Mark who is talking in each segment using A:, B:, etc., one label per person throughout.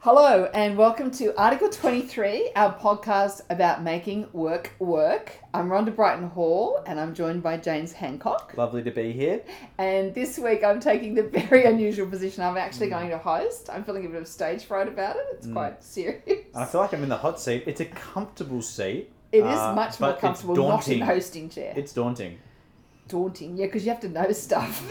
A: Hello, and welcome to Article 23, our podcast about making work work. I'm Rhonda Brighton Hall, and I'm joined by James Hancock.
B: Lovely to be here.
A: And this week I'm taking the very unusual position. I'm actually
B: Mm.
A: going to host. I'm feeling a bit of stage fright about it. It's quite serious. It
B: And Mm. I feel like I'm in the hot seat. It's a comfortable seat.
A: is
B: uh,
A: much
B: but
A: more
B: it's
A: comfortable not in
B: daunting.
A: the hosting chair.
B: It's daunting.
A: daunting, yeah, because you have to know stuff.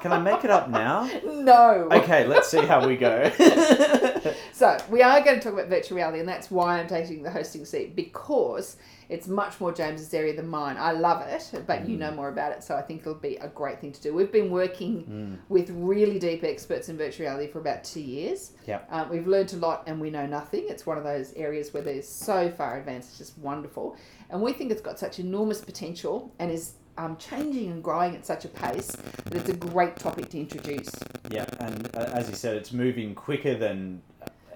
B: Can I make it up now?
A: no.
B: Okay, let's see how we go.
A: So we are going to talk about virtual reality, and that's why I'm taking the hosting seat because it's much more James's area than mine. I love it, but you
B: Mm.
A: know more about it, so I think it'll be a great thing to do. We've been working
B: Hmm.
A: with really deep experts in virtual reality for about two years.
B: Yep.
A: Um, we've learned a lot, and we know nothing. It's one of those areas where they're so far advanced; it's just wonderful, and we think it's got such enormous potential and is. Um, changing and growing at such a pace that it's a great topic to introduce.
B: yeah, and uh, as you said, it's moving quicker than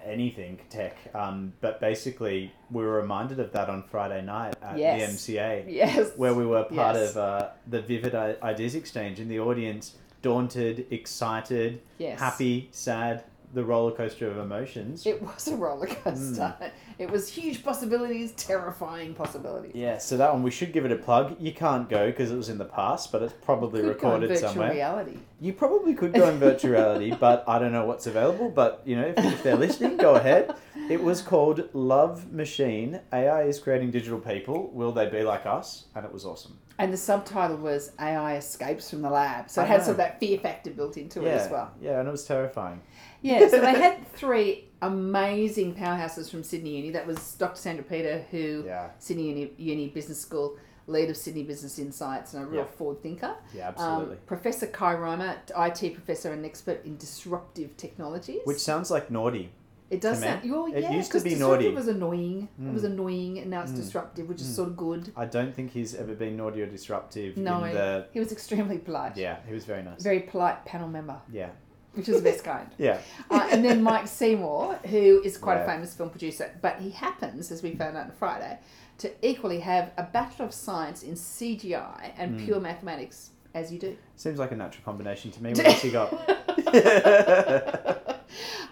B: anything tech. Um, but basically, we were reminded of that on Friday night at
A: Yes.
B: the MCA.
A: Yes.
B: where we were part
A: Yes.
B: of uh, the Vivid I- Ideas Exchange, and the audience daunted, excited,
A: Yes.
B: happy, sad, the roller coaster of emotions.
A: It was a roller coaster.
B: Hmm.
A: It was huge possibilities, terrifying possibilities.
B: yeah, so that one we should give it a plug. You can't go because it was in the past, but it's probably
A: Could go on
B: recorded
A: virtual
B: somewhere.
A: reality.
B: You probably could go in virtual reality, but I don't know what's available. But you know, if, if they're listening, go ahead. It was called Love Machine. AI is creating digital people. Will they be like us? And it was awesome.
A: And the subtitle was AI escapes from the lab. So
B: I
A: it had
B: know.
A: sort of that fear factor built into
B: yeah,
A: it as well.
B: yeah, and it was terrifying.
A: Yeah, so they had three amazing powerhouses from Sydney Uni. That was Dr. Sandra Peter, who
B: Yeah.
A: Sydney Uni, Uni Business School, lead of Sydney Business Insights and a real
B: Yeah.
A: forward thinker.
B: Yeah,
A: Um,
B: absolutely.
A: Professor Kai Reimer, IT professor and expert in disruptive technologies.
B: Which sounds like naughty.
A: It does
B: to me.
A: sound. Well,
B: It
A: yeah,
B: used to
A: 'cause
B: be
A: disruptive
B: naughty. Hmm.
A: was annoying. It was annoying, and now it's disruptive, which is sort of good.
B: I don't think he's ever been naughty or disruptive.
A: No,
B: In the,
A: he was extremely polite.
B: yeah, he was very nice.
A: Very polite panel member,
B: yeah.
A: which is the best kind.
B: Yeah.
A: Uh, and then Mike Seymour, who is quite a
B: Yeah.
A: famous film producer, but he happens, as we found out on Friday, to equally have a Bachelor of Science in CGI and
B: Hmm.
A: pure mathematics, as you do.
B: Seems like a natural combination to me. What else you got?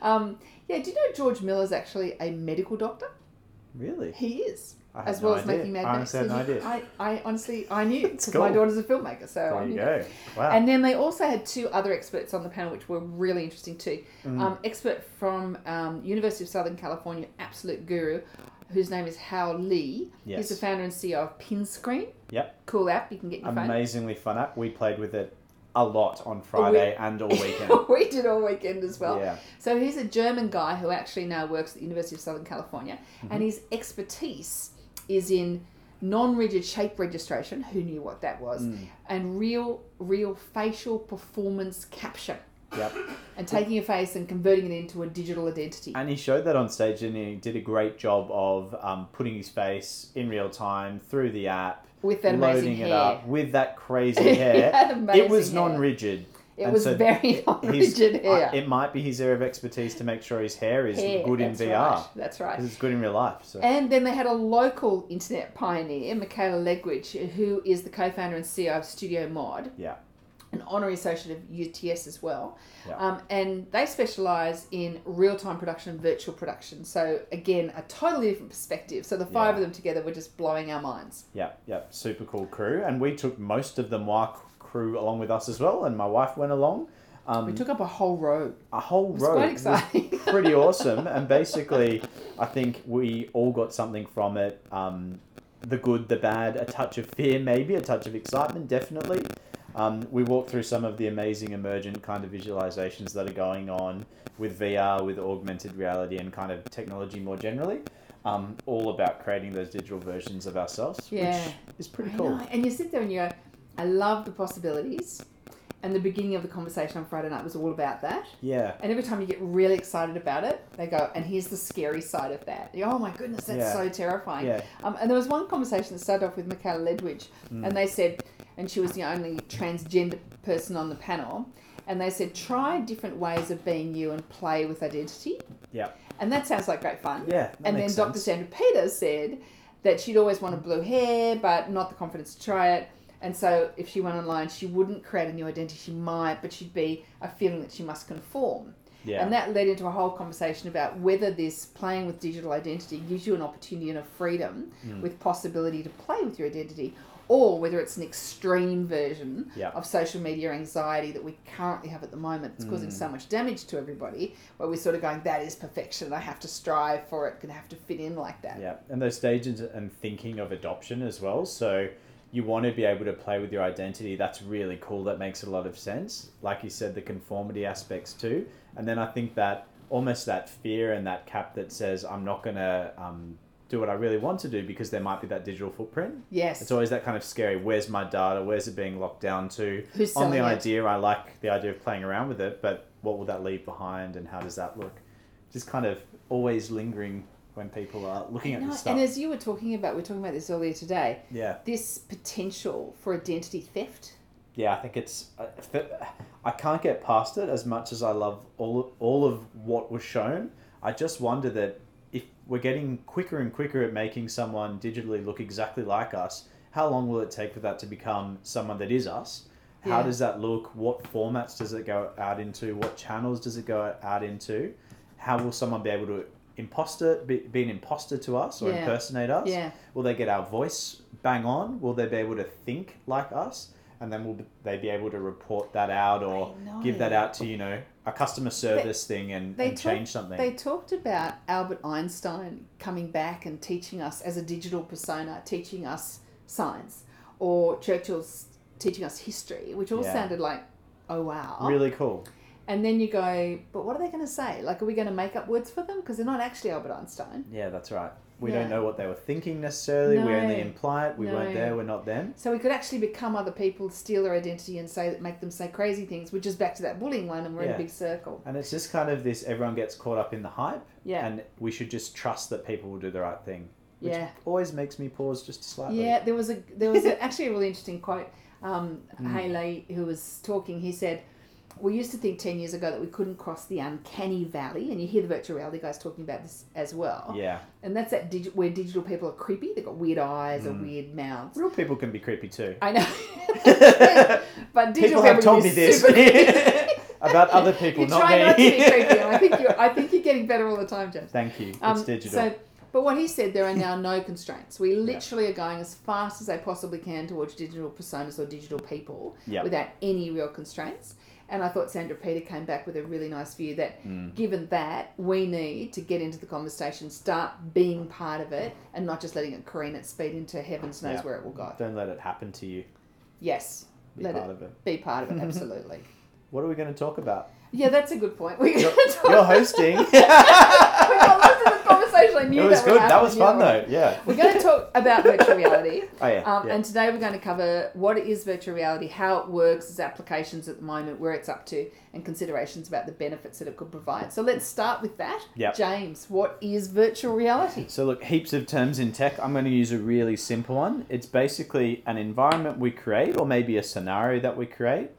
A: Um, yeah, do you know George Miller's actually a medical doctor?
B: Really?
A: He is.
B: I had
A: as well
B: no
A: as
B: idea.
A: making Mad
B: I
A: Max.
B: honestly had no
A: As you-
B: idea.
A: I, I honestly, I knew because my
B: cool.
A: daughter's a filmmaker, so I
B: there
A: knew
B: you
A: that.
B: go. Wow.
A: And then they also had two other experts on the panel, which were really interesting too.
B: Mm.
A: Um, expert from um, University of Southern California, absolute guru, whose name is Hao Lee. He's
B: Yes.
A: the founder and CEO of Pinscreen.
B: Yep.
A: Cool app you can get in your phone.
B: Amazingly fun app. We played with it a lot on Friday and all weekend.
A: we did all weekend as well.
B: Yeah.
A: So he's a German guy who actually now works at the University of Southern California,
B: Mm-hmm.
A: and his expertise is in non-rigid shape registration. Who knew what that was?
B: Mm.
A: And real, real facial performance capture,
B: Yep.
A: and taking a face and converting it into a digital identity.
B: And he showed that on stage and he did a great job of um, putting his face in real time through the app.
A: With that
B: loading
A: amazing
B: it
A: hair.
B: up with that crazy
A: He
B: hair.
A: had amazing
B: it was
A: hair.
B: non-rigid.
A: it
B: And
A: was
B: so
A: very
B: his-
A: non-rigid hair.
B: I- it might be his area of expertise to make sure his hair is
A: Hair,
B: good in
A: that's
B: VR.
A: right, That's right.
B: Because it's good in real life. So
A: And then they had a local internet pioneer, Michaela Legwich, who is the co-founder and CEO of Studio Mod.
B: yeah,
A: an honorary associate of UTS as well.
B: Yeah.
A: Um, and they specialize in real time production, virtual production. So, again, a totally different perspective. So, the five
B: Yeah.
A: of them together were just blowing our minds.
B: yeah, yeah. Super cool crew, and we took most of the Moir crew along with us as well, and my wife went along.
A: We
B: Um,
A: took up a whole row.
B: a whole
A: It was
B: row.
A: quite
B: was
A: exciting.
B: pretty awesome, and basically, I think we all got something from it. Um, the good, the bad, a touch of fear, maybe a touch of excitement, definitely. Um, we walked through some of the amazing emergent kind of visualizations that are going on with VR, with augmented reality, and kind of technology more generally. Um, all about creating those digital versions of ourselves,
A: Yeah.
B: which is pretty
A: I
B: cool.
A: know. And you sit there and you go, I love the possibilities. And the beginning of the conversation on Friday night was all about that.
B: Yeah,
A: And every time you get really excited about it, they go, and here's the scary side of that. You go, oh my goodness, that's
B: Yeah.
A: so terrifying.
B: Yeah.
A: Um, and there was one conversation that started off with Michaela Ledwidge,
B: Hmm.
A: and they said, and she was the only transgender person on the panel, and they said, try different ways of being you and play with identity.
B: yeah,
A: And that sounds like great fun.
B: yeah. that
A: and then
B: makes
A: Dr.
B: sense.
A: Sandra Peters said that she'd always wanted blue hair, but not the confidence to try it. And so if she went online, she wouldn't create a new identity, she might, but she'd be a feeling that she must conform.
B: Yeah.
A: And that led into a whole conversation about whether this playing with digital identity gives you an opportunity and a freedom
B: Mm.
A: with possibility to play with your identity, or whether it's an extreme version
B: Yeah.
A: of social media anxiety that we currently have at the moment that's
B: Mm.
A: causing so much damage to everybody, where we're sort of going, that is perfection, I have to strive for it, gonna have to fit in like that.
B: Yeah, and those stages and thinking of adoption as well. So you want to be able to play with your identity. That's really cool. That makes a lot of sense. Like you said, the conformity aspects too. And then I think that almost that fear and that cap that says I'm not gonna um, do what I really want to do because there might be that digital footprint.
A: Yes.
B: It's always that kind of scary. Where's my data? Where's it being locked down to?
A: Who's
B: On the
A: selling it?
B: idea, I like the idea of playing around with it, but what will that leave behind, and how does that look? Just kind of always lingering when people are looking at
A: No,
B: this stuff.
A: And as you were talking about, we were talking about this earlier today,
B: yeah,
A: this potential for identity theft.
B: yeah. I think it's. I- if it- I can't get past it as much as I love all all of what was shown. I just wonder that if we're getting quicker and quicker at making someone digitally look exactly like us, how long will it take for that to become someone that is us? How
A: Yeah.
B: does that look? What formats does it go out into? What channels does it go out into? How will someone be able to imposter be, be an imposter to us or
A: Yeah.
B: impersonate us?
A: Yeah.
B: Will they get our voice bang on? Will they be able to think like us? And then will they be able to report that out or
A: I know.
B: give that out to, you know, a customer service thing and,
A: they
B: and
A: talk-
B: change something?
A: They talked about Albert Einstein coming back and teaching us as a digital persona, teaching us science, or Churchill's teaching us history, which all
B: Yeah.
A: sounded like, oh wow.
B: Really cool.
A: And then you go, but what are they going to say? Like, are we going to make up words for them? Because they're not actually Albert Einstein.
B: Yeah, that's right. We
A: Yeah.
B: don't know what they were thinking necessarily. We
A: No.
B: only imply it. We
A: No.
B: weren't there. We're not them.
A: So we could actually become other people, steal their identity, and say make them say crazy things, which is back to that bullying one, and we're in a
B: Yeah.
A: big circle.
B: And it's just kind of this everyone gets caught up in the hype.
A: Yeah.
B: And we should just trust that people will do the right thing. Which
A: Yeah.
B: always makes me pause just slightly.
A: Yeah, there was a there was a, actually a really interesting quote. Um,
B: Hmm.
A: Haley, who was talking, he said, "We used to think ten years ago that we couldn't cross the uncanny valley," and you hear the virtual reality guys talking about this as well.
B: Yeah.
A: And that's that digi- where digital people are creepy. They've got weird eyes
B: Hmm.
A: or weird mouths.
B: Real people can be creepy too.
A: I know, but digital
B: people have told me
A: can be
B: this
A: super creepy.
B: about other people,
A: you
B: not
A: try
B: me.
A: not to be creepy. and I think you I think you're getting better all the time, James.
B: Thank you. It's digital.
A: Um, So, but what he said, there are now no constraints. We literally are going as fast as they possibly can towards digital personas or digital people
B: Yeah.
A: without any real constraints. And I thought Sandra Peter came back with a really nice view that
B: Mm.
A: given that, we need to get into the conversation, start being part of it, and not just letting it careen at speed into heavens knows
B: Yeah.
A: where it will go.
B: Don't let it happen to you.
A: Yes.
B: Be
A: let
B: part of it.
A: Be part of it, absolutely.
B: What are we going to talk about?
A: yeah, that's a good point. We're going
B: You're,
A: to talk
B: you're hosting.
A: We got lost in this conversation. I knew
B: it was
A: that would
B: good. That
A: happen.
B: was
A: You know
B: fun
A: what?
B: though. Yeah.
A: We're going to talk about virtual reality.
B: Oh yeah.
A: Um,
B: yeah.
A: And today we're going to cover what is virtual reality, how it works, its applications at the moment, where it's up to, and considerations about the benefits that it could provide. So let's start with that.
B: Yep.
A: James, what is virtual reality?
B: So, look, heaps of terms in tech. I'm going to use a really simple one. It's basically an environment we create, or maybe a scenario that we create,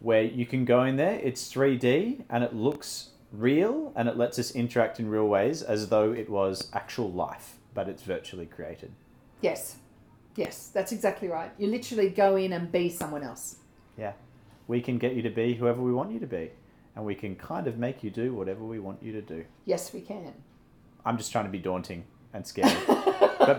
B: where you can go in there. It's 3D and it looks real and it lets us interact in real ways as though it was actual life, but it's virtually created.
A: Yes. Yes, that's exactly right. You literally go in and be someone else.
B: Yeah. We can get you to be whoever we want you to be, and we can kind of make you do whatever we want you to do.
A: Yes, we can.
B: I'm just trying to be daunting and scary. but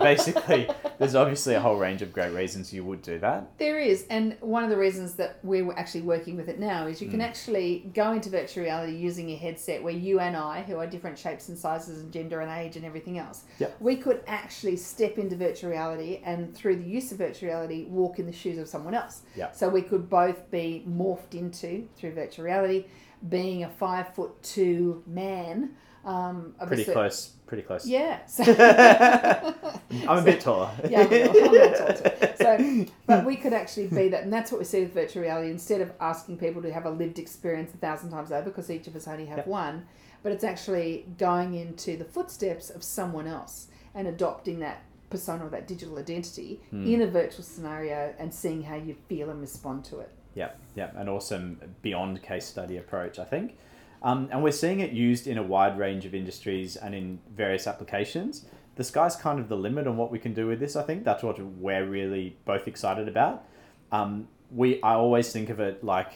B: basically, there's obviously a whole range of great reasons you would do that.
A: There is, and one of the reasons that we're actually working with it now is you
B: Mm.
A: can actually go into virtual reality using your headset where you and I, who are different shapes and sizes and gender and age and everything else,
B: Yep.
A: we could actually step into virtual reality and through the use of virtual reality walk in the shoes of someone else.
B: Yep.
A: So we could both be morphed into, through virtual reality, being a five foot two man. Um, of a
B: Pretty
A: cer-
B: close. Pretty close.
A: Yeah. So-
B: I'm a bit taller.
A: yeah, I'm not- I'm not sorted. So, but we could actually be that, and that's what we see with virtual reality. Instead of asking people to have a lived experience a thousand times over, because each of us only have
B: Yep.
A: one, but it's actually going into the footsteps of someone else and adopting that persona or that digital identity
B: Hmm.
A: in a virtual scenario and seeing how you feel and respond to it.
B: Yeah, yeah, an awesome beyond case study approach, I think. Um, and we're seeing it used in a wide range of industries and in various applications. The sky's kind of the limit on what we can do with this. I think that's what we're really both excited about. Um, we I always think of it like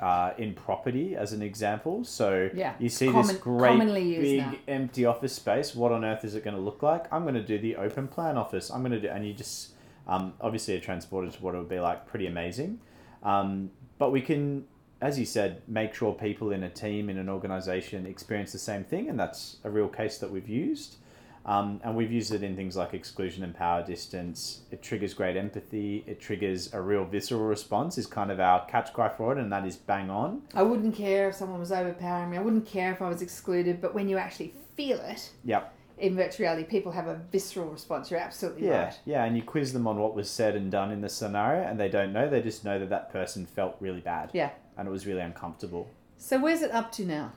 B: uh, in property as an example. So
A: Yeah.
B: you see
A: Common-
B: this great
A: commonly used
B: big
A: now.
B: empty office space. What on earth is it going to look like? I'm going to do the open plan office. I'm going to do, and you just um, obviously are transported to what it would be like. Pretty amazing. Um, but we can, as you said, make sure people in a team in an organization experience the same thing, and that's a real case that we've used. Um, and we've used it in things like exclusion and power distance. It triggers great empathy. It triggers a real visceral response, is kind of our catch cry for it, and that is bang on.
A: I wouldn't care if someone was overpowering me. I wouldn't care if I was excluded. But when you actually feel it
B: Yep.
A: in virtual reality, people have a visceral response. You're absolutely
B: Yeah.
A: right.
B: Yeah. And you quiz them on what was said and done in the scenario, and they don't know. They just know that that person felt really bad.
A: Yeah.
B: And it was really uncomfortable.
A: So where's it up to now?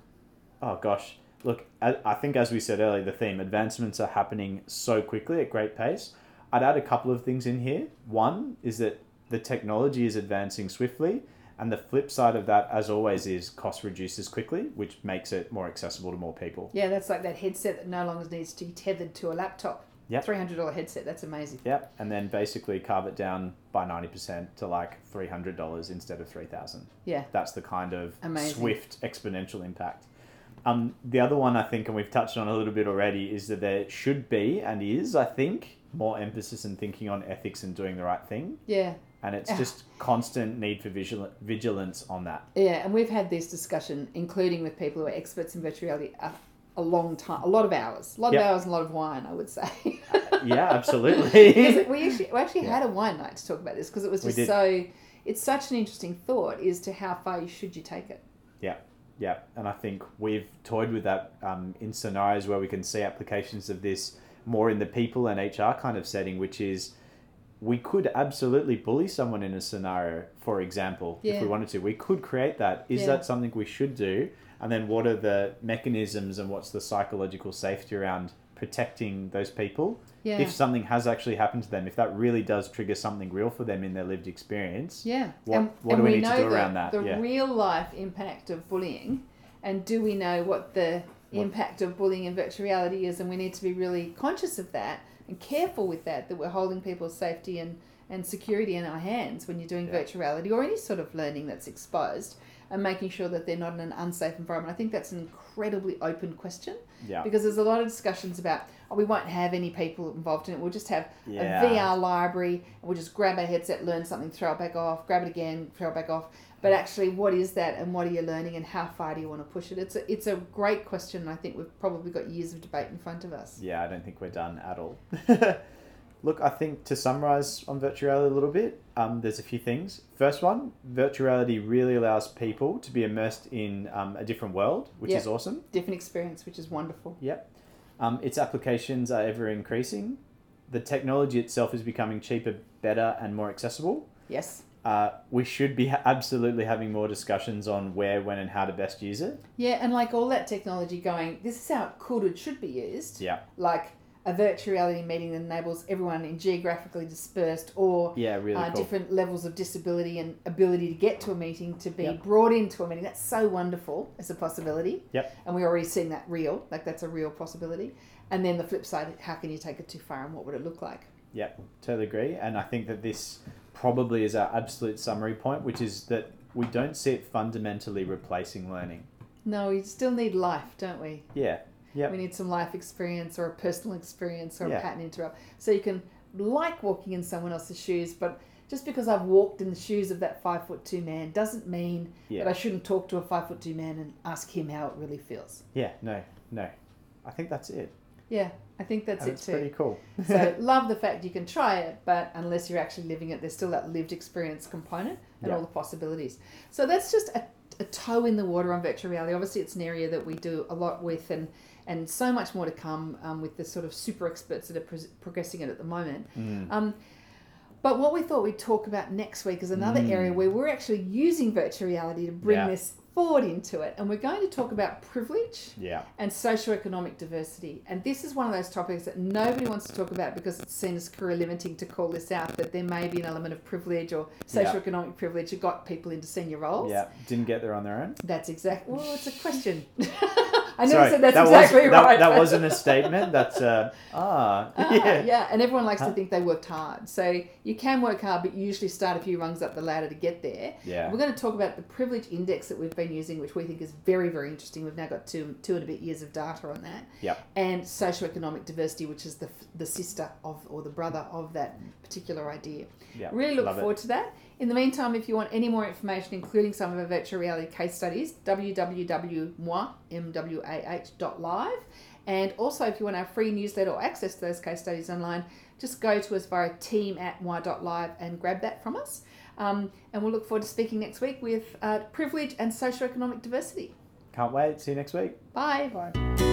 B: Oh, gosh. Look, I, I think, as we said earlier, the theme advancements are happening so quickly at great pace. I'd add a couple of things in here. One is that the technology is advancing swiftly, and the flip side of that, as always, is cost reduces quickly, which makes it more accessible to more people.
A: Yeah, that's like that headset that no longer needs to be tethered to a laptop.
B: Yep.
A: Three hundred dollar headset. That's amazing.
B: Yep, and then basically carve it down by 90% to like $300 instead of 3000
A: Yeah.
B: That's the kind of
A: Amazing.
B: swift exponential impact. Um, the other one I think, and we've touched on a little bit already, is that there should be and is, I think, more emphasis and thinking on ethics and doing the right thing.
A: Yeah.
B: And it's
A: Yeah.
B: just constant need for vigil- vigilance on that.
A: Yeah, and we've had this discussion, including with people who are experts in virtual reality, a, a long time, a lot of hours, a lot
B: Yep.
A: of hours, and a lot of wine, I would say.
B: Yeah, absolutely.
A: 'Cause we actually, we actually
B: Yeah.
A: had a wine night to talk about this because it was
B: We
A: just
B: did.
A: so. It's such an interesting thought as to how far you should you take it.
B: Yeah, and I think we've toyed with that um, in scenarios where we can see applications of this more in the people and HR kind of setting, which is we could absolutely bully someone in a scenario, for example, if
A: Yeah.
B: we wanted to. We could create that. Is
A: Yeah.
B: that something we should do? And then what are the mechanisms and what's the psychological safety around protecting those people?
A: Yeah.
B: If something has actually happened to them, if that really does trigger something real for them in their lived experience,
A: Yeah.
B: What- what do we need to do
A: the,
B: around that?
A: The
B: Yeah.
A: real life impact of bullying, and do we know what the
B: What-
A: impact of bullying in virtual reality is? And we need to be really conscious of that and careful with that, that we're holding people's safety and, and security in our hands when you're doing
B: Yeah.
A: virtual reality or any sort of learning that's exposed and making sure that they're not in an unsafe environment. I think that's an incredibly open question
B: yeah,
A: because there's a lot of discussions about oh, we won't have any people involved in it. We'll just have
B: Yeah.
A: a VR library and we'll just grab our headset, learn something, throw it back off, grab it again, throw it back off. But actually, what is that and what are you learning and how far do you want to push it? It's a, it's a great question. and I think we've probably got years of debate in front of us.
B: Yeah, I don't think we're done at all. Look, I think to summarize on virtual reality a little bit, um, there's a few things. First one, virtual reality really allows people to be immersed in um, a different world, which
A: Yeah.
B: is awesome.
A: Different experience, which is wonderful.
B: Yep. Um, its applications are ever increasing. The technology itself is becoming cheaper, better, and more accessible.
A: Yes.
B: Uh, we should be ha- absolutely having more discussions on where, when, and how to best use it.
A: Yeah, and like all that technology going, this is how it could and should be used.
B: Yeah.
A: Like a virtual reality meeting that enables everyone in geographically dispersed or
B: Yeah, really
A: uh,
B: cool.
A: different levels of disability and ability to get to a meeting to be
B: Yep.
A: brought into a meeting. That's so wonderful as a possibility.
B: Yep.
A: And we're already seeing that real, like that's a real possibility. And then the flip side, how can you take it too far and what would it look like?
B: Totally agree. And I think that this probably is our absolute summary point, which is that we don't see it fundamentally replacing learning.
A: No, we still need life, don't we?
B: Yeah. Yep.
A: We need some life experience or a personal experience or
B: Yeah.
A: a pattern interrupt. So you can like walking in someone else's shoes, but just because I've walked in the shoes of that five foot two man doesn't mean
B: Yeah.
A: that I shouldn't talk to a five foot two man and ask him how it really feels.
B: Yeah. No, no. I think that's it.
A: Yeah, I think that's
B: And
A: it
B: it's
A: too.
B: pretty cool.
A: So love the fact you can try it, but unless you're actually living it, there's still that lived experience component and
B: Yeah.
A: all the possibilities. So that's just a, a toe in the water on virtual reality. Obviously, it's an area that we do a lot with, and and so much more to come um, with the sort of super experts that are pres progressing it at the moment.
B: Mm.
A: Um, but what we thought we'd talk about next week is another
B: Mm.
A: area where we're actually using virtual reality to bring
B: Yeah.
A: this forward into it, and we're going to talk about privilege
B: Yeah.
A: and socioeconomic diversity. And this is one of those topics that nobody wants to talk about because it's seen as career limiting to call this out that there may be an element of privilege or
B: Yeah.
A: socioeconomic privilege that got people into senior roles.
B: Yeah. Didn't get there on their own.
A: That's exactly. Well, it's a question. I never
B: Sorry,
A: said that's
B: that
A: exactly
B: was,
A: right.
B: That, that
A: but-
B: wasn't a statement. That's uh, ah,
A: Ah,
B: yeah.
A: yeah. and everyone likes to
B: Huh?
A: think they worked hard. So you can work hard, but you usually start a few rungs up the ladder to get there.
B: Yeah.
A: We're going to talk about the privilege index that we've been using, which we think is very, very interesting. We've now got two, two and a bit years of data on that.
B: Yep.
A: And socioeconomic diversity, which is the, f- the sister of or the brother of that particular idea.
B: Yeah.
A: Really look
B: Love it.
A: forward to that. In the meantime, if you want any more information, including some of our virtual reality case studies, www.mwah.live. And also, if you want our free newsletter or access to those case studies online, just go to us via team at live and grab that from us. Um, and we'll look forward to speaking next week with uh, privilege and socioeconomic diversity.
B: Can't wait. See you next week.
A: Bye. Bye.